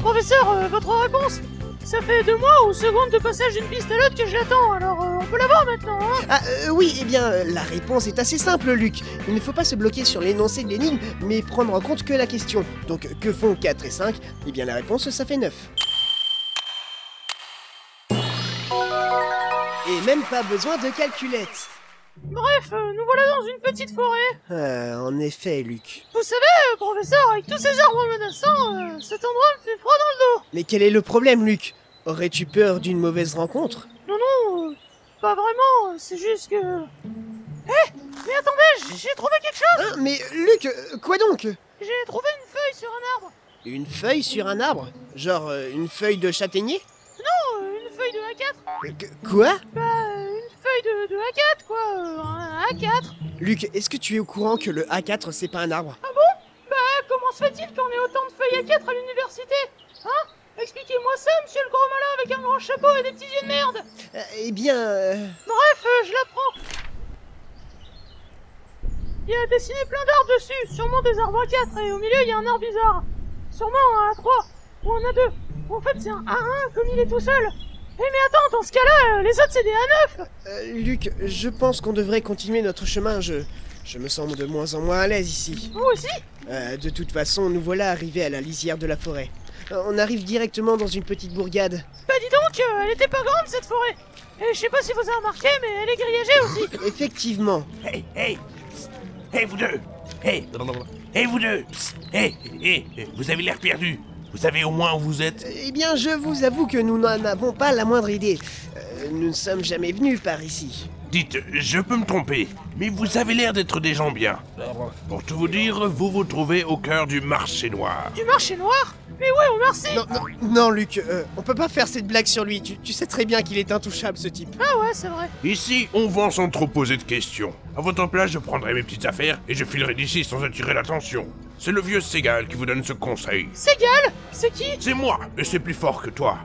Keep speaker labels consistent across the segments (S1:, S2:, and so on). S1: Professeur, euh, votre réponse Ça fait deux mois ou secondes de passage d'une piste à l'autre que j'attends, alors euh, on peut l'avoir maintenant, hein
S2: Ah euh, oui, eh bien, euh, la réponse est assez simple, Luc. Il ne faut pas se bloquer sur l'énoncé de l'énigme, mais prendre en compte que la question. Donc, que font 4 et 5 Eh bien, la réponse, ça fait 9. Et même pas besoin de calculette.
S1: Bref, euh, nous voilà dans une petite forêt.
S2: Ah, en effet, Luc.
S1: Vous savez, euh, professeur, avec tous ces arbres menaçants, euh, cet endroit me fait froid dans le dos.
S2: Mais quel est le problème, Luc Aurais-tu peur d'une mauvaise rencontre
S1: Non, non, euh, pas vraiment, euh, c'est juste que... Hé Mais attendez, j- j'ai trouvé quelque chose
S2: Hein, Mais Luc, euh, quoi donc
S1: J'ai trouvé une feuille sur un arbre
S2: Une feuille sur un arbre Genre euh, une feuille de châtaignier
S1: Non, euh, une feuille de A4
S2: Euh, que- Quoi
S1: Bah, euh, une feuille de, de A4, quoi euh, Un A4
S2: Luc, est-ce que tu es au courant que le A4 c'est pas un arbre
S1: Ah, comment se fait-il qu'on ait autant de feuilles A4 à l'université Hein Expliquez-moi ça, monsieur le gros malin avec un grand chapeau et des petits yeux de merde
S2: Euh, Eh bien... euh,
S1: Bref, euh, je l'apprends. Il y a dessiné plein d'arbres dessus, sûrement des arbres à 4, et au milieu il y a un arbre bizarre. Sûrement un A3, ou un A2. En fait c'est un A1 comme il est tout seul. Eh mais attends, dans ce cas-là, euh, les autres c'est des A9
S2: euh, Luc, je pense qu'on devrait continuer notre chemin, je... Je me sens de moins en moins à l'aise ici.
S1: Vous aussi
S2: Euh, de toute façon, nous voilà arrivés à la lisière de la forêt. Euh, On arrive directement dans une petite bourgade.
S1: Bah dis donc, euh, elle était pas grande cette forêt. Et je sais pas si vous avez remarqué, mais elle est grillagée aussi.
S2: Effectivement.
S3: Hey, hey, psst. hey vous deux, hey, hey vous deux, psst. hey, hey, hey, vous avez l'air perdu. Vous savez au moins où vous êtes.
S2: Eh bien, je vous avoue que nous n'en avons pas la moindre idée. Euh, nous ne sommes jamais venus par ici.
S3: Dites, je peux me tromper, mais vous avez l'air d'être des gens bien. Pour tout vous dire, vous vous trouvez au cœur du marché noir.
S1: Du marché noir Mais ouais, au merci
S2: Non, non, non, Luc, euh, on peut pas faire cette blague sur lui. Tu, tu sais très bien qu'il est intouchable, ce type.
S1: Ah ouais, c'est vrai.
S3: Ici, on vend sans trop poser de questions. À votre place, je prendrai mes petites affaires et je filerai d'ici sans attirer l'attention. C'est le vieux Segal qui vous donne ce conseil.
S1: Ségal C'est qui
S3: C'est moi, et c'est plus fort que toi.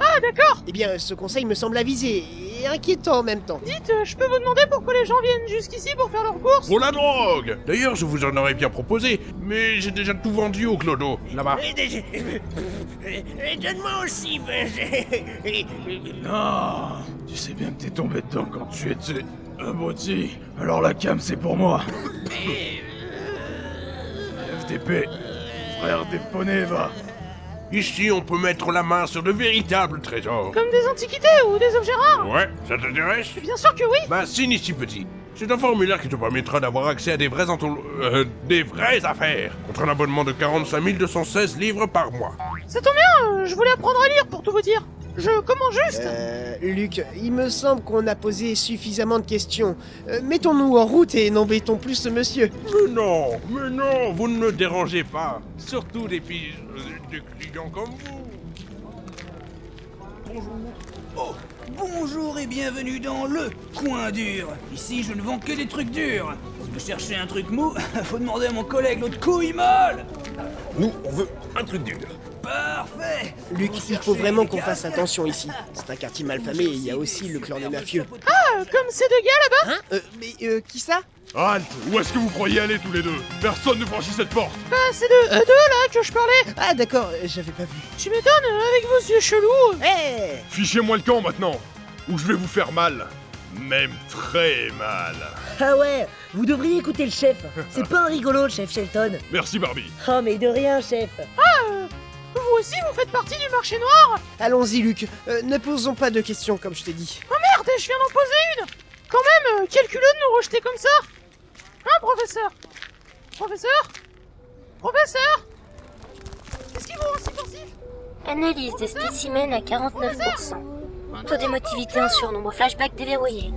S1: Ah d'accord
S2: Eh bien, ce conseil me semble avisé et inquiétant en même temps.
S1: Dites, euh, je peux vous demander pourquoi les gens viennent jusqu'ici pour faire leurs courses
S3: Pour la drogue D'ailleurs, je vous en aurais bien proposé, mais j'ai déjà tout vendu au clodo, là-bas.
S2: Euh,
S4: Donne-moi aussi.
S5: Non Ah, Tu sais bien que t'es tombé dedans quand tu étais abruti. Alors la cam, c'est pour moi. FTP, frère des poneys, va.
S3: Ici, on peut mettre la main sur de véritables trésors.
S1: Comme des antiquités ou des objets rares
S3: Ouais, ça t'intéresse
S1: Bien sûr que oui
S3: Bah, signe ici, petit. C'est un formulaire qui te permettra d'avoir accès à des vraies entour... euh, des vraies affaires. Contre un abonnement de 45 216 livres par mois.
S1: Ça tombe bien, euh, je voulais apprendre à lire pour tout vous dire. Je commence juste
S2: Euh, Luc, il me semble qu'on a posé suffisamment de questions. Euh, Mettons-nous en route et n'embêtons plus ce monsieur.
S3: Mais non, mais non, vous ne me dérangez pas. Surtout des pi... euh, des clients comme vous.
S4: Bonjour et bienvenue dans le coin dur. Ici, je ne vends que des trucs durs. Si vous cherchez un truc mou, faut demander à mon collègue l'autre couille molle.
S3: Nous, on veut un truc dur.
S4: Parfait.
S2: Luc,
S4: Vous
S2: il faut
S4: cherchez
S2: vraiment
S4: les
S2: qu'on
S4: gars
S2: fasse attention ici. C'est un quartier malfamé et il y a aussi le clan des mafieux.
S1: Euh, Comme ces deux gars là-bas
S2: Hein Euh, Mais euh, qui ça
S5: Halte Où est-ce que vous croyez aller tous les deux Personne ne franchit cette porte
S1: Bah, c'est de eux deux là que je parlais
S2: Ah d'accord, euh, j'avais pas vu.
S1: Tu m'étonnes, euh, avec vos yeux chelous euh.
S2: Eh
S5: Fichez-moi le camp maintenant Ou je vais vous faire mal Même très mal
S6: Ah ouais, vous devriez écouter le chef. C'est pas un rigolo, chef Shelton.
S5: Merci Barbie
S6: Oh, mais de rien, chef.
S1: Ah, Euh, Vous aussi, vous faites partie du marché noir
S2: Allons-y Luc, Euh, ne posons pas de questions comme je t'ai dit.
S1: oh, Merde, je viens d'en poser une Quand même, euh, quel culot de nous rejeter comme ça Hein, professeur Professeur Professeur Qu'est-ce qui vous rend si pensif
S7: Analyse des spécimens à 49%. Taux d'émotivité en surnombre. Flashback déverrouillé.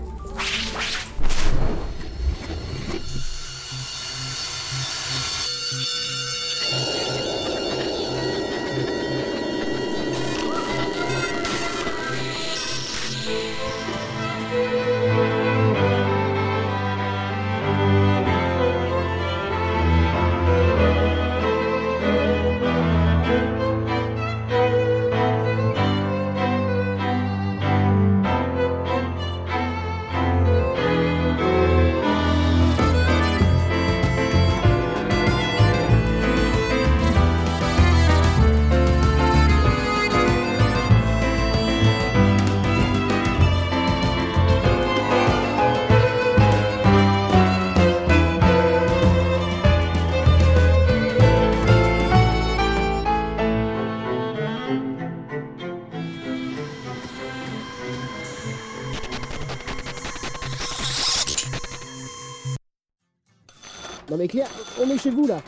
S2: Non mais Claire, on est chez vous là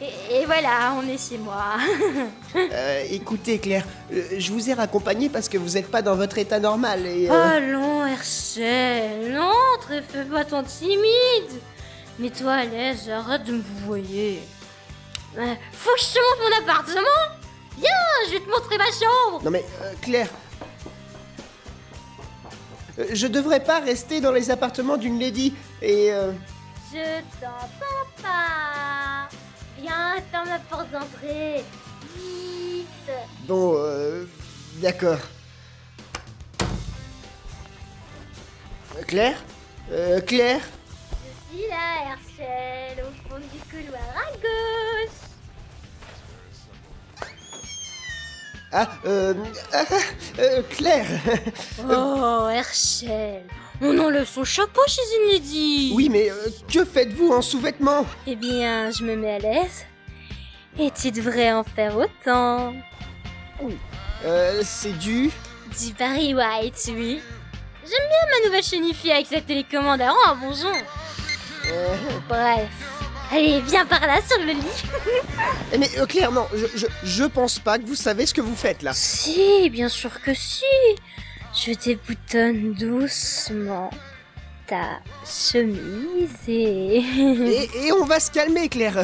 S7: Et, et voilà, on est chez moi.
S2: Euh, écoutez Claire, euh, je vous ai raccompagné parce que vous n'êtes pas dans votre état normal et... euh,
S7: Allons, Oh Herschel, entre et fais pas ton timide. Mets-toi à l'aise, arrête de me voyer. Euh, faut que je te montre mon appartement Viens, je vais te montrer ma chambre
S2: Non mais euh, Claire... Euh, Je devrais pas rester dans les appartements d'une lady et... euh,
S7: Je t'entends pas Viens, ferme la porte d'entrée Vite
S2: Bon, euh, d'accord. Euh, Claire Euh, Claire
S7: Je suis là, Herschel, au fond du couloir à gauche
S2: Ah, euh, ah, euh, Claire
S7: Oh, Herschel On enlève son chapeau chez une lady
S2: Oui, mais euh, que faites-vous en sous-vêtements
S7: Eh bien, je me mets à l'aise. Et tu devrais en faire autant.
S2: Euh, c'est du...
S7: Du Barry White, oui. J'aime bien ma nouvelle chenille avec sa télécommande à rang, bonjour.
S2: Euh,
S7: Bref. Allez, viens par là sur le lit.
S2: mais euh, Claire, non, je, je, je pense pas que vous savez ce que vous faites là.
S7: Si, bien sûr que si. Je déboutonne doucement ta chemise et...
S2: Et, et on va se calmer, Claire.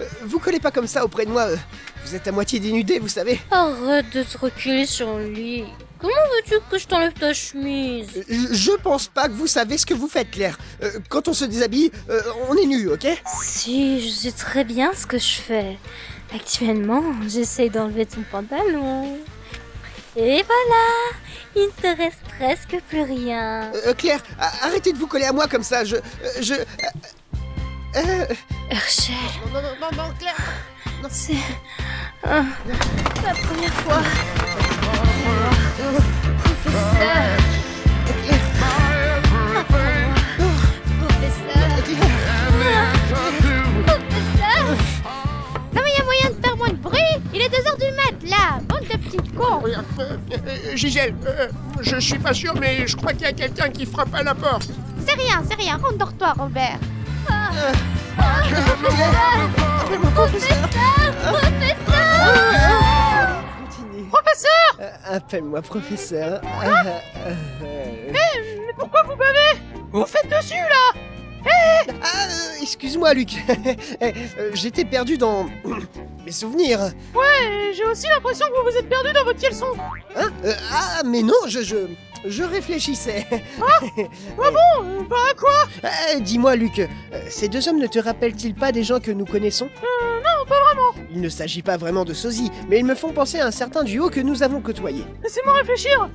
S2: Euh, vous collez pas comme ça auprès de moi. euh, Vous êtes à moitié dénudée, vous savez.
S7: Arrête de te reculer sur le lit. Comment veux-tu que je t'enlève ta chemise
S2: Euh, Je, je pense pas que vous savez ce que vous faites, Claire. Euh, quand on se déshabille, euh, on est nu, ok
S7: Si, je sais très bien ce que je fais. Actuellement, j'essaye d'enlever ton pantalon. Et voilà, il ne te reste presque plus rien.
S2: Euh, Claire, a- arrêtez de vous coller à moi comme ça. Je, euh, je. euh, euh,
S7: Herschel,
S2: non, non, non, non, Claire.
S7: c'est euh, la première fois. Professeur, professeur,
S1: Ah.
S7: professeur.
S8: Non mais y a moyen de faire moins de bruit Il est 2h du mat là Bande de petites cons
S9: Gisèle, Oh, euh, je suis pas sûr, mais je crois qu'il y a quelqu'un qui frappe à la porte.
S8: C'est rien, c'est rien, rentre dans toi Robert
S9: Euh,
S2: Continue.
S1: Professeur
S2: Euh, Appelle-moi professeur.
S7: Ah
S2: Euh, euh,
S1: Eh, Mais pourquoi vous bavez Vous faites dessus là Eh
S2: Ah, euh, excuse-moi, Luc. Eh, euh, J'étais perdu dans mes souvenirs.
S1: Et j'ai aussi l'impression que vous vous êtes perdu dans votre caleçon.
S2: Hein Euh, ah, mais non, je, je, je réfléchissais.
S1: Oh, Ah, euh, bah à quoi
S2: Ah, Dis-moi, Luc, euh, ces deux hommes ne te rappellent-ils pas des gens que nous connaissons
S1: Euh, Non, pas vraiment.
S2: Il ne s'agit pas vraiment de sosies, mais ils me font penser à un certain duo que nous avons côtoyé.
S1: Laissez-moi réfléchir.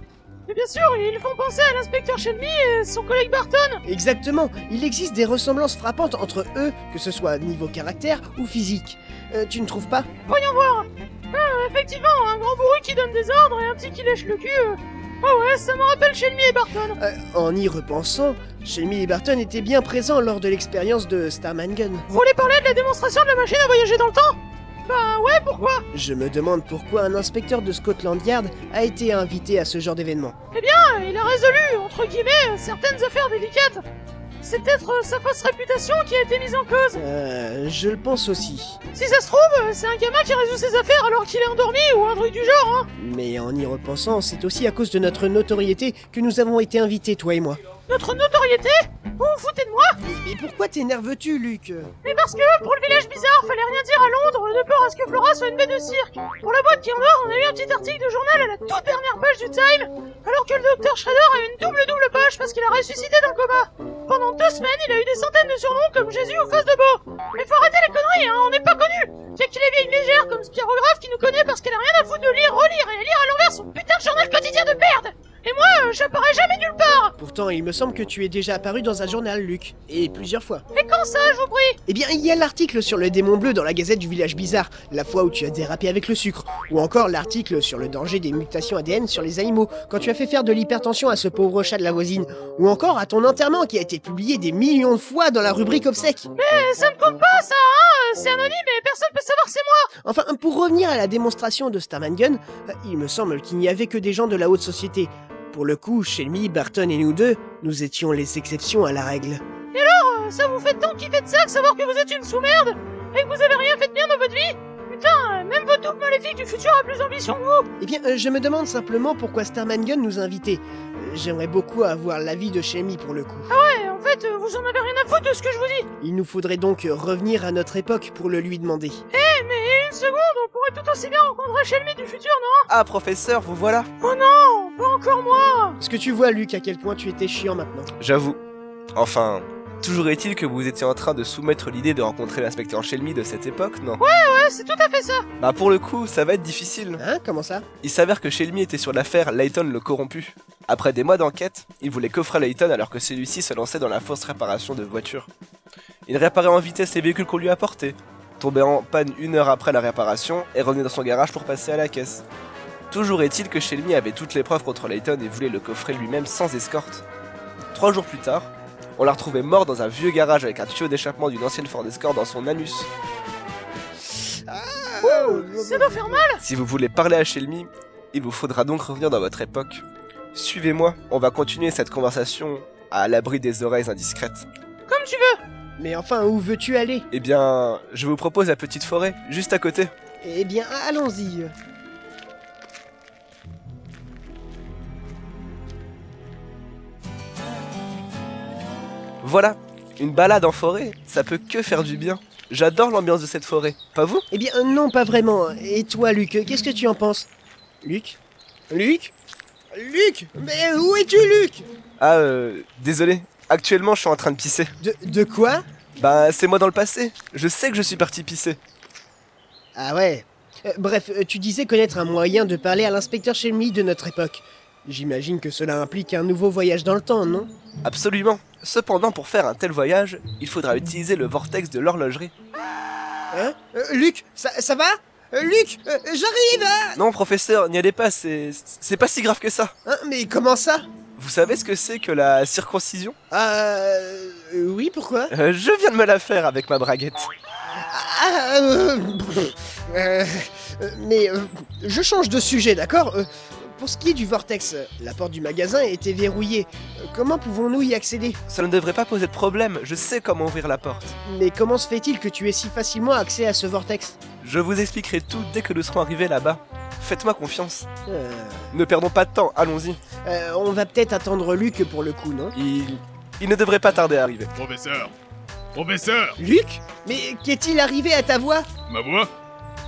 S1: Et bien sûr, ils font penser à l'inspecteur Shelby et son collègue Barton.
S2: Exactement, il existe des ressemblances frappantes entre eux, que ce soit niveau caractère ou physique. Euh, tu ne trouves pas
S1: Voyons voir. Ah, effectivement, un grand bourru qui donne des ordres et un petit qui lèche le cul. euh. Ah ouais, ça me rappelle Shelby et Barton.
S2: Euh, En y repensant, Shelby et Barton étaient bien présents lors de l'expérience de Starman Gun.
S1: Vous voulez parler de la démonstration de la machine à voyager dans le temps Bah ouais, pourquoi
S2: Je me demande pourquoi un inspecteur de Scotland Yard a été invité à ce genre d'événement.
S1: Ah, Il a résolu, entre guillemets, certaines affaires délicates. C'est peut-être euh, sa fausse réputation qui a été mise en cause.
S2: Euh, je le pense aussi.
S1: Si ça se trouve, euh, c'est un gamin qui résout ses affaires alors qu'il est endormi ou un truc du genre, hein.
S2: Mais en y repensant, c'est aussi à cause de notre notoriété que nous avons été invités, toi et moi.
S1: Notre notoriété Vous vous foutez de moi
S2: Mais pourquoi t'énerves-tu, Luc
S1: Mais parce que, pour le village bizarre, fallait rien dire à Londres, de peur à ce que Flora soit une bête de cirque. Pour la boîte qui en dort, on a eu un petit article de journal à la toute dernière page du Time, alors que le docteur Shredder a eu une double-double page parce qu'il a ressuscité d'un coma. Pendant deux semaines, il a eu des centaines de surnoms comme Jésus ou Face de Beau. Mais faut arrêter les conneries, hein, on n'est pas connus Y'a que les vieilles légères comme Spirographe qui nous connaît parce qu'elle a rien à foutre de lire, relire et lire à l'envers son putain de journal quotidien de merde Et moi, euh, j'apparais jamais nulle part
S2: Pourtant, il me semble que tu es déjà apparu dans un journal, Luc. Et plusieurs fois.
S1: Mais quand ça, je vous prie
S2: Eh bien, il y a l'article sur le démon bleu dans la gazette du village bizarre, la fois où tu as dérapé avec le sucre, ou encore l'article sur le danger des mutations ADN sur les animaux, quand tu as fait faire de l'hypertension à ce pauvre chat de la voisine, ou encore à ton enterrement qui a été publié des millions de fois dans la rubrique obsèques.
S1: Eh, ça ne compte pas, ça, hein C'est anonyme et personne peut savoir c'est moi
S2: Enfin, pour revenir à la démonstration de Starman Gun, euh, il me semble qu'il n'y avait que des gens de la haute société. Pour le coup, Shelby, Barton et nous deux, nous étions les exceptions à la règle.
S1: Alors, euh, euh, ça vous fait tant kiffer de ça que savoir que vous êtes une sous-merde et que vous avez rien fait de bien dans votre vie Putain, euh, même votre double maléfique du futur a plus d'ambition que vous
S2: Eh bien, euh, je me demande simplement pourquoi Starman Gun nous a invités. Euh, J'aimerais beaucoup avoir l'avis de Shemi pour le coup.
S1: Ah Ouais, en fait, euh, vous en avez rien à foutre de ce que je vous dis
S2: Il nous faudrait donc euh, revenir à notre époque pour le lui demander.
S1: Eh, mais une seconde, on pourrait tout aussi bien rencontrer Shelby du futur, non
S10: Ah, professeur, vous voilà
S1: Oh non, pas encore moi
S2: Est-ce que tu vois, Luc, à quel point tu étais chiant maintenant
S10: J'avoue. Enfin, toujours est-il que vous étiez en train de soumettre l'idée de rencontrer l'inspecteur Shelby de cette époque, non
S1: Ouais, c'est tout à fait ça
S10: Bah, pour le coup, ça va être difficile.
S2: Hein Comment ça
S10: Il s'avère que Shelby était sur l'affaire Layton le corrompu. Après des mois d'enquête, il voulait coffrer Layton alors que celui-ci se lançait dans la fausse réparation de voitures. Il réparait en vitesse les véhicules qu'on lui apportait, tombait en panne une heure après la réparation et revenait dans son garage pour passer à la caisse. Toujours est-il que Shelby avait toutes les preuves contre Layton et voulait le coffrer lui-même sans escorte. Trois jours plus tard, on l'a retrouvé mort dans un vieux garage avec un tuyau d'échappement d'une ancienne Ford Escort dans son anus.
S2: Oh,
S1: Ça doit faire mal
S10: Si vous voulez parler à Shelmy, il vous faudra donc revenir dans votre époque. Suivez-moi, on va continuer cette conversation à l'abri des oreilles indiscrètes.
S1: Comme tu veux
S2: Mais enfin, où veux-tu aller
S10: Eh bien, je vous propose la petite forêt, juste à côté.
S2: Eh bien, allons-y.
S10: Voilà, une balade en forêt, ça peut que faire du bien. J'adore l'ambiance de cette forêt, pas vous
S2: Eh bien, euh, non, pas vraiment. Et toi, Luc, euh, qu'est-ce que tu en penses Luc Luc Luc Mais où es-tu, Luc
S10: Ah, euh, désolé, actuellement je suis en train de pisser.
S2: de, de quoi
S10: Bah, c'est moi dans le passé, je sais que je suis parti pisser.
S2: Ah ouais. Euh, bref, euh, tu disais connaître un moyen de parler à l'inspecteur Shelmy de notre époque. J'imagine que cela implique un nouveau voyage dans le temps, non
S10: Absolument. Cependant, pour faire un tel voyage, il faudra utiliser le vortex de l'horlogerie.
S2: Hein Euh, Luc, ça, ça va Euh, Luc, euh, j'arrive hein
S10: Non, professeur, n'y allez pas, c'est c'est pas si grave que ça.
S2: Hein, Mais comment ça
S10: Vous savez ce que c'est que la circoncision
S2: Euh... Oui, pourquoi
S10: Euh, Je viens de me la faire avec ma braguette.
S2: Ah, euh, euh, euh, Mais euh, je change de sujet, d'accord Euh, Pour ce qui est du vortex, euh, la porte du magasin était verrouillée. Euh, Comment pouvons-nous y accéder
S10: Ça ne devrait pas poser de problème, je sais comment ouvrir la porte.
S2: Mais comment se fait-il que tu aies si facilement accès à ce vortex
S10: Je vous expliquerai tout dès que nous serons arrivés là-bas. Faites-moi confiance.
S2: Euh,
S10: Ne perdons pas de temps, allons-y.
S2: euh, On va peut-être attendre Luc pour le coup, non
S10: Il... Il ne devrait pas tarder à arriver.
S5: Professeur Professeur
S2: Luc Mais qu'est-il arrivé à ta voix
S5: Ma voix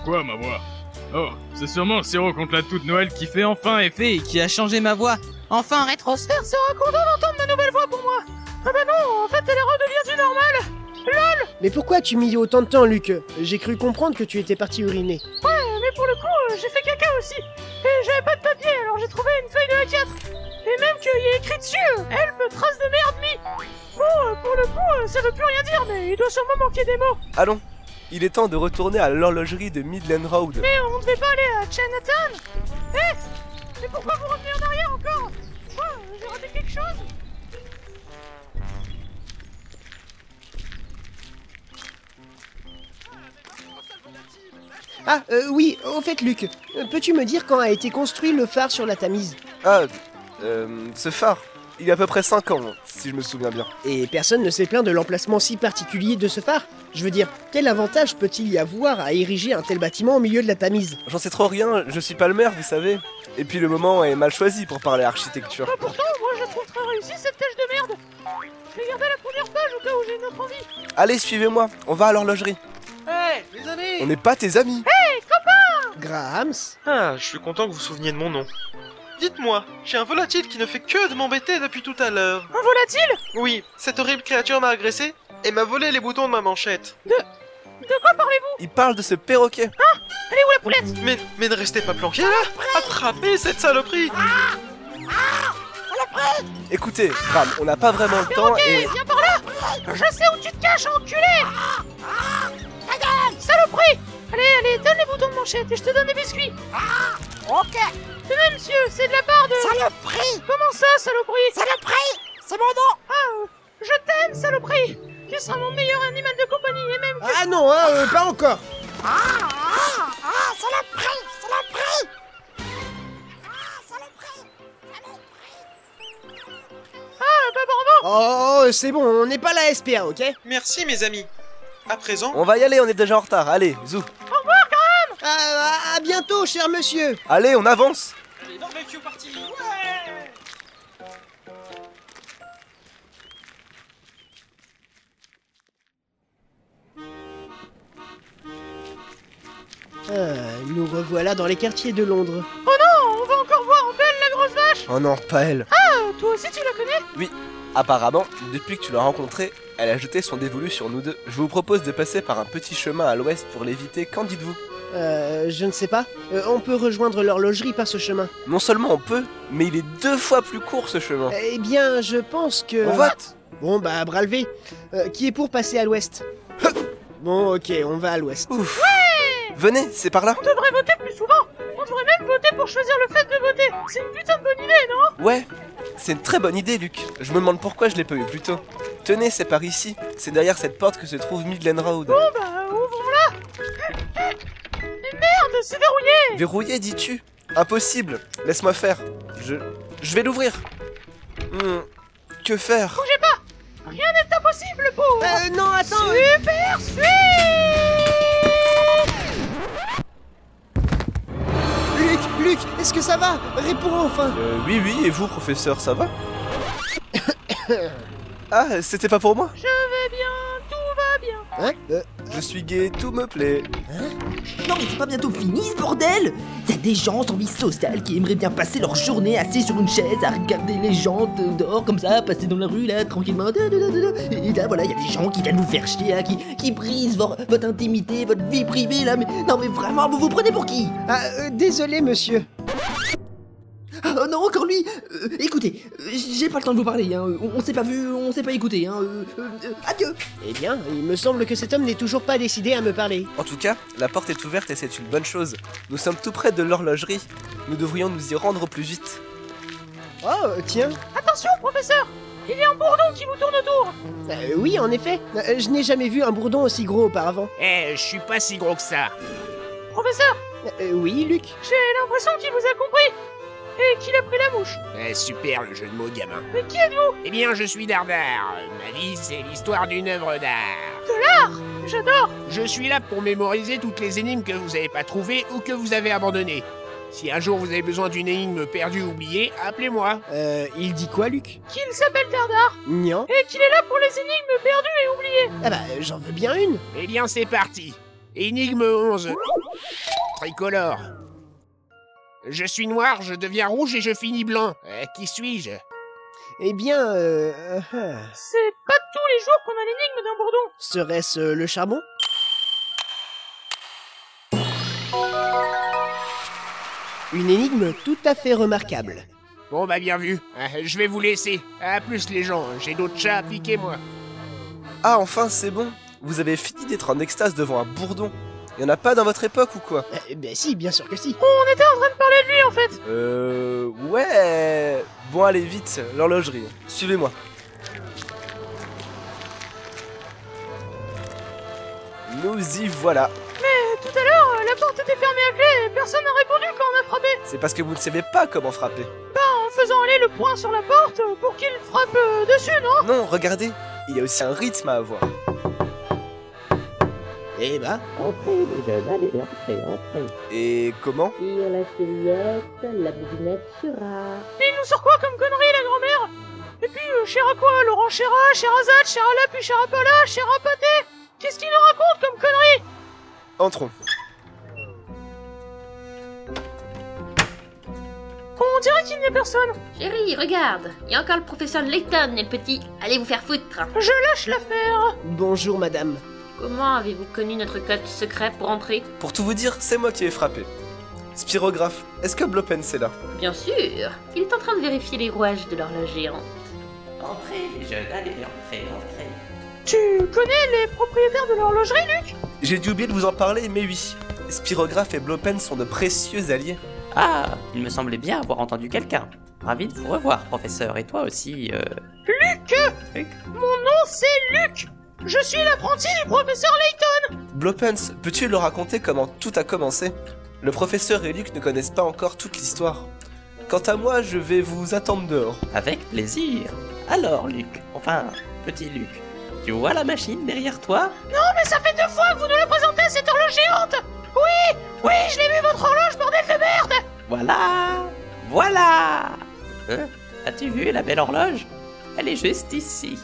S5: Quoi, ma voix Oh, c'est sûrement le sirop contre la toute Noël qui fait enfin effet et qui a changé ma voix.
S1: Enfin, Rétrosphère sera content d'entendre ma nouvelle voix pour moi Ah bah non, en fait, elle redevient du normal
S2: Mais pourquoi tu mis autant de temps, Luc J'ai cru comprendre que tu étais parti uriner.
S1: Euh, Mais pour le coup, euh, j'ai fait caca aussi Et j'avais pas de papier, alors j'ai trouvé une feuille de A4 Et même qu'il y a écrit dessus euh, Help, trace de merde, mi Bon, euh, pour le coup, euh, ça veut plus rien dire, mais il doit sûrement manquer des mots
S10: Allons. Il est temps de retourner à l'horlogerie de Midland Road.
S1: Mais on ne devait pas aller à Chinatown Hé Mais pourquoi vous revenez en arrière encore Quoi euh, J'ai raté quelque chose
S2: Ah, euh, oui, au fait, Luc, euh, peux-tu me dire quand a été construit le phare sur la Tamise
S10: Ah, euh, ce phare. Il y a à peu près 5 ans, si je me souviens bien.
S2: Et personne ne s'est plaint de l'emplacement si particulier de ce phare. Je veux dire, quel avantage peut-il y avoir à ériger un tel bâtiment au milieu de la Tamise
S10: J'en sais trop rien, je suis pas le maire, vous savez. Et puis le moment est mal choisi pour parler architecture.
S1: Bah pourtant, moi je trouve très réussi cette tâche de merde Je vais garder la première page au cas où j'ai une autre envie
S10: Allez, suivez-moi, on va à l'horlogerie.
S1: Hé, les amis
S10: On n'est pas tes amis.
S2: Grahams
S11: Ah, je suis content que vous vous souveniez de mon nom. Dites-moi, j'ai un volatile qui ne fait que de m'embêter depuis tout à l'heure.
S1: Un volatile
S11: Oui, cette horrible créature m'a agressé et m'a volé les boutons de ma manchette.
S1: De quoi parlez-vous Hein
S10: Il parle de ce perroquet.
S1: Elle est où la poulette Ah,
S11: Mais, mais ne restez pas planqués là Attrapez cette saloperie
S10: Écoutez, Ram, on n'a pas vraiment le temps et...
S1: Viens par là Je sais où tu te caches, enculé Ta gueule Saloperie Allez, allez, donne les boutons de manchette et je te donne des biscuits
S12: Ok,
S1: Tenez, monsieur, c'est de la part de...
S12: saloperie
S1: Comment ça, saloperie
S12: Saloperie C'est mon nom
S1: Ah, euh, je t'aime, saloperie Tu seras mon meilleur animal de compagnie et même...
S2: Ah non, hein, euh, pas encore
S12: Ah, ah, ah, saloperie Saloperie Ah, saloperie
S1: Ah, bah bravo
S2: Oh, Bon, euh, c'est bon, on n'est pas la SPA, ok
S11: Merci mes amis. À présent,
S10: On va y aller, on est déjà en retard. Allez, zou.
S2: Au revoir, quand même à, à bientôt, cher monsieur
S10: Allez, on avance.
S11: les barbecue parties.
S2: Ah, nous revoilà dans les quartiers de Londres.
S1: Oh non, on va encore voir Belle la grosse vache
S10: Oh non, pas elle.
S1: Ah, toi aussi tu la connais
S10: Oui, apparemment, depuis que tu l'as rencontrée, elle a jeté son dévolu sur nous deux. Je vous propose de passer par un petit chemin à l'ouest pour l'éviter, qu'en dites-vous
S2: Euh, je ne sais pas. Euh, on peut rejoindre l'horlogerie par ce chemin.
S10: Non seulement on peut, mais il est deux fois plus court ce chemin.
S2: Eh bien, je pense que...
S10: On vote
S2: Bon, bah, bras levé. Euh, qui est pour passer à l'ouest Bon, ok, on va à l'ouest.
S10: Ouf
S1: Ouais
S10: Venez, c'est par là
S1: On devrait voter plus souvent On devrait même voter pour choisir le fait de voter C'est une putain de bonne idée, non
S10: Ouais, c'est une très bonne idée, Luc. Je me demande pourquoi je l'ai pas eu plus tôt. Tenez, c'est par ici. C'est derrière cette porte que se trouve Midland Road.
S1: Bon bah, ouvrons-la Mais merde, c'est verrouillé
S10: Verrouillé, dis-tu Impossible Laisse-moi faire. Je. Je vais l'ouvrir Hmm, Que faire
S1: Bougez pas Rien n'est impossible, pauvre
S2: Euh, non, attends
S1: Super suite
S2: Luc, Luc, est-ce que ça va Réponds enfin
S10: Euh, oui, oui, et vous, professeur, ça va Ah, c'était pas pour moi
S1: Je vais bien, tout va bien
S2: Hein Euh, Hein
S10: Je suis gay, tout me plaît.
S6: Non mais c'est pas bientôt fini ce bordel Y'a des gens en vie sociale qui aimeraient bien passer leur journée assis sur une chaise à regarder les gens de- dehors comme ça, passer dans la rue là tranquillement. da, da, da, da, da. Et là voilà, y'a des gens qui viennent vous faire chier, là, qui, qui brisent vor- votre intimité, votre vie privée là, mais non mais vraiment, vous vous prenez pour qui
S2: ah, euh, Désolé, monsieur.
S6: Oh non, encore lui Euh, Écoutez, euh, j'ai pas le temps de vous parler, hein. on, on s'est pas vu, on s'est pas écouté, hein. Euh, euh, euh, adieu
S2: Eh bien, il me semble que cet homme n'est toujours pas décidé à me parler.
S10: En tout cas, la porte est ouverte et c'est une bonne chose. Nous sommes tout près de l'horlogerie. Nous devrions nous y rendre au plus vite.
S2: Oh, tiens
S1: Attention, professeur Il y a un bourdon qui vous tourne autour
S2: Euh, Oui, en effet. Euh, je n'ai jamais vu un bourdon aussi gros auparavant.
S13: Eh, je suis pas si gros que ça.
S1: Professeur,
S2: Euh, oui, Luc
S1: j'ai l'impression qu'il vous a compris Et qu'il a pris la mouche
S13: Eh, super le jeu de mots, gamin.
S1: Mais qui êtes-vous
S13: Eh bien, je suis Dardar. Ma vie, c'est l'histoire d'une œuvre d'art.
S1: De l'art J'adore
S13: Je suis là pour mémoriser toutes les énigmes que vous n'avez pas trouvées ou que vous avez abandonnées. Si un jour vous avez besoin d'une énigme perdue ou oubliée, appelez-moi.
S2: Euh, il dit quoi, Luc
S1: Qu'il s'appelle Tardar
S13: Hein
S2: Nian
S1: et qu'il est là pour les énigmes perdues et oubliées
S2: Ah bah, j'en veux bien une
S13: Eh bien, c'est parti. Énigme 11. Tricolore. Je suis noir, je deviens rouge et je finis blanc. Euh, qui suis-je
S2: Eh bien, euh... euh, euh,
S1: C'est pas tous les jours qu'on a l'énigme d'un bourdon
S2: serait-ce euh, le charbon Une énigme tout à fait remarquable.
S13: Bon, bah bien vu. Euh, je vais vous laisser. À plus les gens, j'ai d'autres chats à piquer, moi.
S10: Ah, enfin, c'est bon. Vous avez fini d'être en extase devant un bourdon. Y en a pas dans votre époque ou quoi
S2: Euh, ben si, bien sûr que si.
S1: Oh, On était en train de parler de lui en fait
S10: Euh. Ouais Bon, allez, vite, l'horlogerie. Suivez-moi. Nous y voilà.
S1: Mais tout à l'heure, euh, la porte était fermée à clé et personne n'a répondu quand on a frappé
S10: C'est parce que vous ne savez pas comment frapper.
S1: Pas en faisant aller le poing sur la porte euh, pour qu'il frappe euh, dessus, non
S10: Non, regardez, il y a aussi un rythme à avoir.
S2: Eh bah,
S14: Entrez, les jeunes, allez, entrez, entrez.
S10: Et comment
S14: Tire la serviette, la bouginette sera.
S1: Mais il nous sort quoi comme connerie la grand-mère Et puis, euh, Chéra quoi Laurent Chéra, Chérazade, Chérala, puis Chérapala, Chérapaté Qu'est-ce qu'il nous raconte comme connerie
S10: Entrons.
S1: On dirait qu'il n'y a personne
S7: Chérie, regarde, il y a encore le professeur Layton et le petit. Allez vous faire foutre.
S1: Je lâche l'affaire
S2: bonjour madame.
S7: Comment avez-vous connu notre code secret pour entrer
S10: Pour tout vous dire, c'est moi qui ai frappé. Spirographe, est-ce que Blopen c'est là
S7: Bien sûr, il est en train de vérifier les rouages de l'horloge géante.
S14: Entrez, les jeunes, allez, entrez, entrez.
S1: Tu connais les propriétaires de l'horlogerie, Luc
S10: J'ai dû oublier de vous en parler, mais oui. Spirographe et Blopen sont de précieux alliés.
S14: Ah, il me semblait bien avoir entendu quelqu'un. Ravi de vous revoir, professeur, et toi aussi, euh.
S1: Luc
S14: Luc
S1: Mon nom c'est Luc Je suis l'apprenti du professeur Layton
S10: Blopens, peux-tu leur raconter comment tout a commencé Le professeur et Luc ne connaissent pas encore toute l'histoire. Quant à moi, je vais vous attendre dehors.
S14: Avec plaisir. Alors, Luc, enfin, petit Luc, tu vois la machine derrière toi
S1: Non, mais ça fait deux fois que vous nous la présentez, cette horloge géante Oui Oui, je l'ai vu, votre horloge, bordel de merde
S14: Voilà Voilà Hein As-tu vu la belle horloge Elle est juste ici.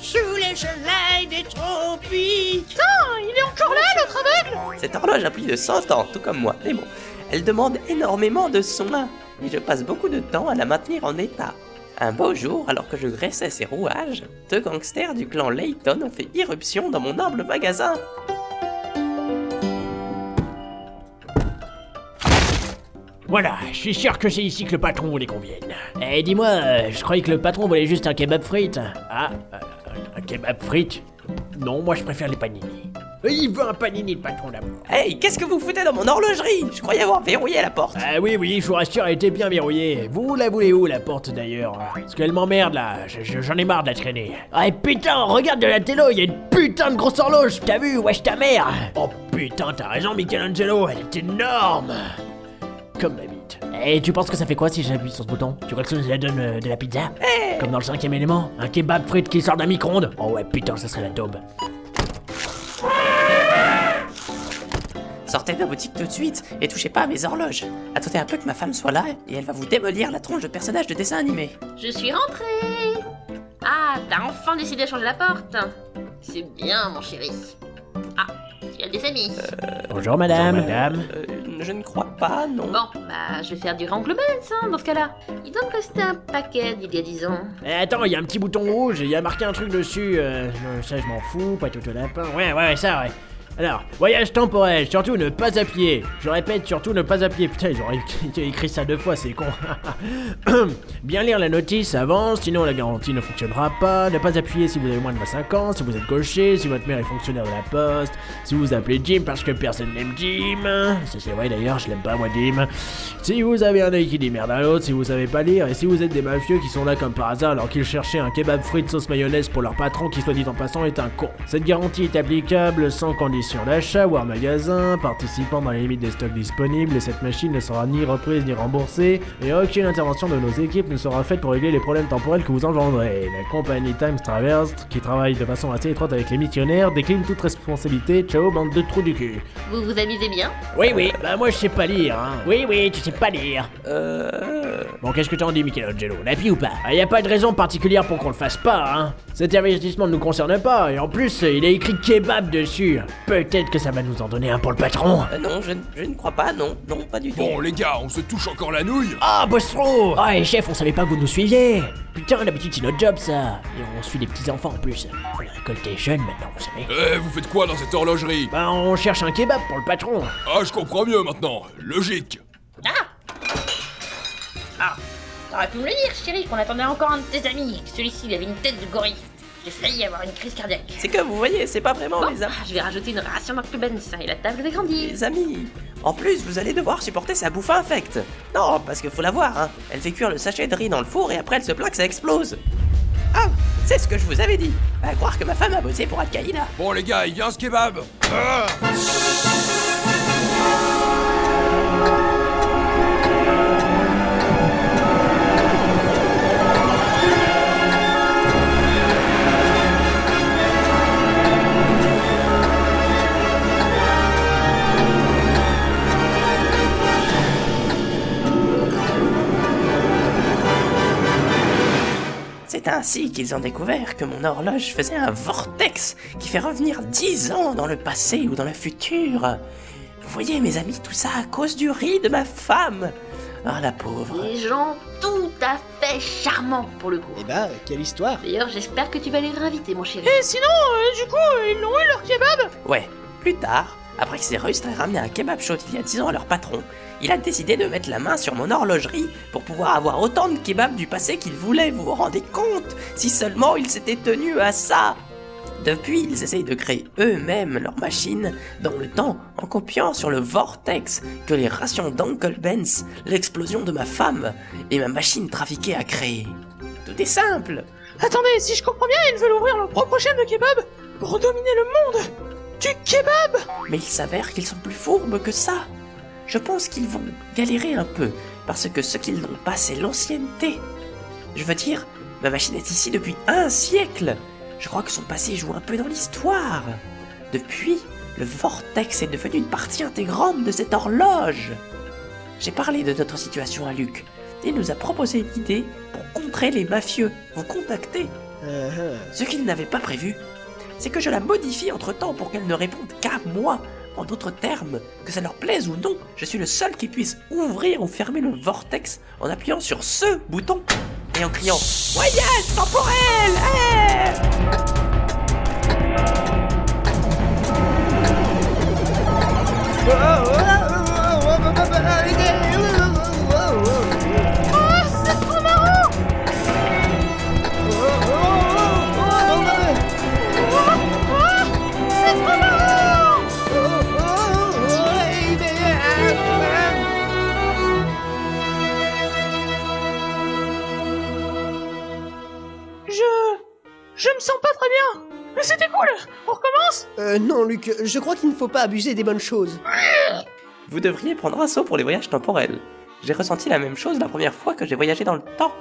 S12: Sous les soleils des tropiques.
S1: Putain, il est encore là, l'autre aveugle
S14: Cette horloge a plus de 100 ans, tout comme moi, mais bon. Elle demande énormément de soins, et je passe beaucoup de temps à la maintenir en état. Un beau jour, alors que je graissais ses rouages, deux gangsters du clan Layton ont fait irruption dans mon humble magasin.
S15: Voilà, je suis sûr que c'est ici que le patron voulait qu'on vienne. Eh, dis-moi, euh, je croyais que le patron voulait juste un kebab frites. Ah, euh, un kebab frites Non, moi je préfère les panini. Euh, Il veut un panini, le patron d'abord.
S14: Hey, qu'est-ce que vous foutez dans mon horlogerie Je croyais avoir verrouillé la porte.
S15: Ah oui, oui, je vous rassure, elle était bien verrouillée. Vous la voulez où, la porte d'ailleurs Parce qu'elle m'emmerde là, Je- je- j'en ai marre de la traîner. Ah, et putain, regarde de la télo, il y a une putain de grosse horloge, t'as vu, wesh ta mère Oh putain, t'as raison, Michelangelo, elle est énorme Comme la bite. Et tu penses que ça fait quoi si j'appuie sur ce bouton Tu crois que ça nous donne euh, de la pizza
S14: Eh.
S15: Comme dans le cinquième élément Un kebab frites qui sort d'un micro-ondes Oh ouais, putain, ça serait la daube.
S14: Sortez de la boutique tout de suite et touchez pas à mes horloges. Attendez un peu que ma femme soit là et elle va vous démolir la tronche de personnage de dessin animé.
S16: Je suis rentrée Ah, t'as enfin décidé de changer la porte C'est bien, mon chéri. Ah, tu as des amis
S15: Bonjour madame.
S14: Euh, je ne crois pas, non.
S16: Bon, bah, je vais faire du Rangle hein, dans ce cas-là. Il doit me rester un paquet d'il y a 10 ans.
S15: Eh, attends, il y a un petit bouton rouge, il y a marqué un truc dessus. euh, je- ça, je m'en fous, pas tout au lapin. Ouais, ouais, ouais, ça, ouais. Alors, voyage temporel, surtout ne pas à pied. Je répète, surtout ne pas à pied. Putain, ils auraient écrit ça deux fois, c'est con. Bien lire la notice avant, sinon la garantie ne fonctionnera pas. Ne pas appuyer si vous avez moins de 25 ans, si vous êtes gaucher, si votre mère est fonctionnaire de la poste, si vous vous appelez Jim parce que personne n'aime Jim. Ça c'est vrai d'ailleurs, je l'aime pas moi Jim. Si vous avez un œil qui dit merde à l'autre, si vous savez pas lire, et si vous êtes des mafieux qui sont là comme par hasard alors qu'ils cherchaient un kebab frites sauce mayonnaise pour leur patron qui soit dit en passant est un con. Cette garantie est applicable sans condition d'achat, voire magasin, participant dans les limites des stocks disponibles, et cette machine ne sera ni reprise ni remboursée, et aucune intervention de nos équipes ne sera faite pour régler les problèmes temporels que vous engendrez. La compagnie Times Traverse, qui travaille de façon assez étroite avec les missionnaires, décline toute responsabilité. Ciao, bande de trous du cul.
S16: Vous vous amusez bien
S15: Oui, oui, bah moi je sais pas lire, hein. Oui, oui, tu sais pas lire. Euh. Bon, qu'est-ce que t'en dis, Michelangelo L'appuie ou pas Ah, y a pas de raison particulière pour qu'on le fasse pas, hein. Cet investissement ne nous concerne pas, et en plus, il est écrit kebab dessus. Peut-être que ça va nous en donner un pour le patron.
S14: Euh, non, je, ne- je ne crois pas, non, non, pas du tout.
S15: Bon,
S14: les gars, on se touche encore la nouille
S15: Ah, Bostro Ah, et chef, on savait pas que vous nous suiviez Putain, d'habitude, c'est notre job, ça Et on suit les petits-enfants, en plus. On les récolte des jeunes, maintenant, vous savez.
S17: Eh, vous faites quoi dans cette horlogerie
S15: Bah, on cherche un kebab pour le patron.
S17: Ah, je comprends mieux maintenant. Logique.
S16: T'aurais pu me le dire, chéri, qu'on attendait encore un de tes amis. Celui-ci, il avait une tête de gorille. J'ai failli avoir une crise cardiaque.
S14: C'est que vous voyez, c'est pas vraiment
S16: Bon,
S14: les amis.
S16: Je vais rajouter une ration d'Arcubens et la table va grandir.
S14: Les amis. En plus, vous allez devoir supporter sa bouffe infecte. Non, parce que faut la voir, hein. Elle fait cuire le sachet de riz dans le four et après elle se plaint que ça explose. Ah, c'est ce que je vous avais dit. À croire que ma femme a bossé pour Al-Qaïda.
S17: Bon, les gars, il vient ce kebab. Ah
S14: C'est ainsi qu'ils ont découvert que mon horloge faisait un vortex qui fait revenir 10 ans dans le passé ou dans le futur. Vous voyez, mes amis, tout ça à cause du riz de ma femme. Ah, la pauvre.
S16: Des gens tout à fait charmants, pour le coup.
S2: Eh bah, quelle histoire
S16: D'ailleurs, j'espère que tu vas les réinviter, mon chéri.
S1: Et sinon, euh, du coup, euh, ils l'ont eu leur kebab
S14: Ouais, plus tard, après que ces Russes aient ramené un kebab chaud il y a 10 ans à leur patron, il a décidé de mettre la main sur mon horlogerie pour pouvoir avoir autant de kebabs du passé qu'il voulait, vous vous rendez compte Si seulement ils s'étaient tenus à ça depuis, ils essayent de créer eux-mêmes leur machine dans le temps en copiant sur le vortex que les rations d'Uncle Benz, l'explosion de ma femme et ma machine trafiquée a créé. Tout est simple
S1: Attendez, si je comprends bien, ils veulent ouvrir leur propre chaîne de kebab pour dominer le monde du kebab
S14: Mais il s'avère qu'ils sont plus fourbes que ça. Je pense qu'ils vont galérer un peu, parce que ce qu'ils n'ont pas, c'est l'ancienneté. Je veux dire, ma machine est ici depuis un siècle. Je crois que son passé joue un peu dans l'histoire. Depuis, le vortex est devenu une partie intégrante de cette horloge. J'ai parlé de notre situation à Luc. Il nous a proposé une idée pour contrer les mafieux, vous contacter. Ce qu'il n'avait pas prévu, c'est que je la modifie entre-temps pour qu'elle ne réponde qu'à moi. En d'autres termes, que ça leur plaise ou non, je suis le seul qui puisse ouvrir ou fermer le vortex en appuyant sur ce bouton et en criant Voyage temporel Hey
S12: Ah, c'est trop marrant Ah, c'est trop marrant
S1: Je. Je me sens pas très bien. Mais c'était cool. On recommence
S2: Euh, non, Luc, je crois qu'il ne faut pas abuser des bonnes choses.
S14: Vous devriez prendre un saut pour les voyages temporels. J'ai ressenti la même chose la première fois que j'ai voyagé dans le temps.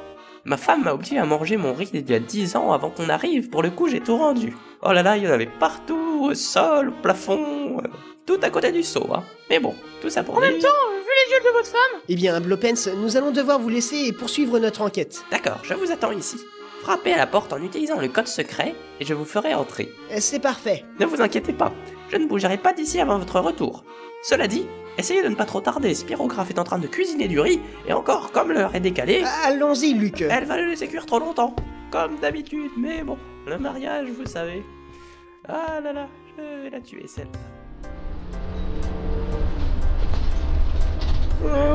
S14: Ma femme m'a obligé à manger mon riz il y a 10 ans avant qu'on arrive, pour le coup j'ai tout rendu. Oh là là, il y en avait partout, au sol, au plafond, euh, tout à côté du seau, hein. Mais bon, tout ça pour
S2: En même
S14: dire-
S2: temps,
S1: euh, Vu les yeux de votre femme
S2: Eh bien, Blopens, nous allons devoir vous laisser et poursuivre notre enquête.
S14: D'accord, je vous attends ici. Frappez à la porte en utilisant le code secret et je vous ferai entrer.
S2: Euh, C'est parfait.
S14: Ne vous inquiétez pas, je ne bougerai pas d'ici avant votre retour. Cela dit, essayez de ne pas trop tarder, Spirographe est en train de cuisiner du riz, et encore, comme l'heure est décalée...
S2: Allons-y, Luc
S14: Elle va le laisser cuire trop longtemps, comme d'habitude, mais bon, le mariage, vous savez... Ah là là, je vais la tuer, celle-là.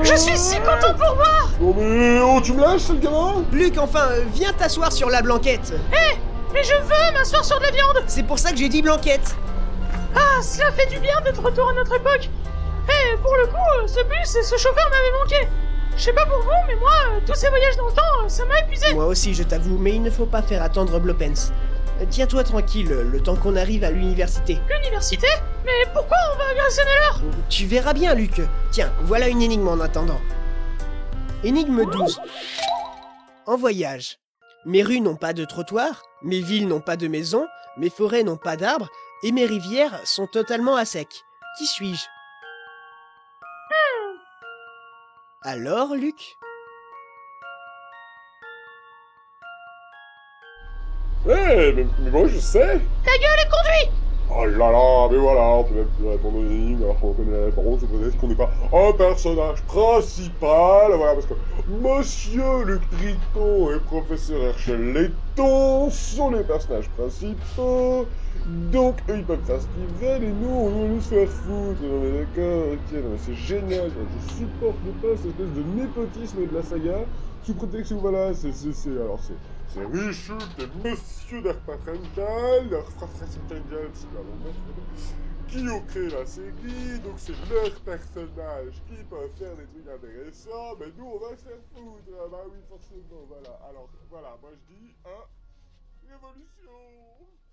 S1: Je suis si content pour moi
S2: Bon, mais oh, tu me lâches, le gamin Luc, enfin, euh, viens t'asseoir sur la blanquette. Hé
S1: Mais je veux m'asseoir sur de la viande
S2: C'est pour ça que j'ai dit blanquette.
S1: Ah, cela fait du bien d'être retour à notre époque Eh, pour le coup, euh, ce bus et ce chauffeur m'avaient manqué Je sais pas pour vous, mais moi, euh, tous ces voyages dans le temps, euh, ça m'a épuisé
S2: Moi aussi, je t'avoue, mais il ne faut pas faire attendre Blopens. Euh, Tiens-toi tranquille, euh, le temps qu'on arrive à l'université. Euh,
S1: L'université Mais pourquoi on va agressionner l'heure
S2: Tu verras bien, Luc. Tiens, voilà une énigme en attendant. Énigme 12. En voyage. Mes rues n'ont pas de trottoir, mes villes n'ont pas de maisons, mes forêts n'ont pas d'arbres, et mes rivières sont totalement à sec. Qui suis-je
S1: Hmm.
S2: Alors, Luc
S18: Eh, mais, mais moi je sais
S1: Ta gueule et conduis
S18: Oh là là, mais voilà, on peut même plus répondre aux énigmes alors qu'on connaît la réponse, ou peut-être qu'on n'est pas un personnage principal, voilà, parce que Monsieur Luc Triton et Professeur Herschel Letton sont les personnages principaux, donc eux ils peuvent faire ce qu'ils veulent et nous on va nous faire foutre, non mais d'accord, ok, non mais c'est génial, je supporte pas cette espèce de népotisme de la saga, sous prétexte que voilà, c'est, c'est, c'est, alors c'est, c'est Richard et Monsieur Darparental, leur Darparental, c'est pas mon nom, qui ont créé la série, donc c'est leurs personnages qui peuvent faire des trucs intéressants, mais nous on va se faire foutre, Ah bah oui forcément, voilà, alors voilà, moi je dis, hein, révolution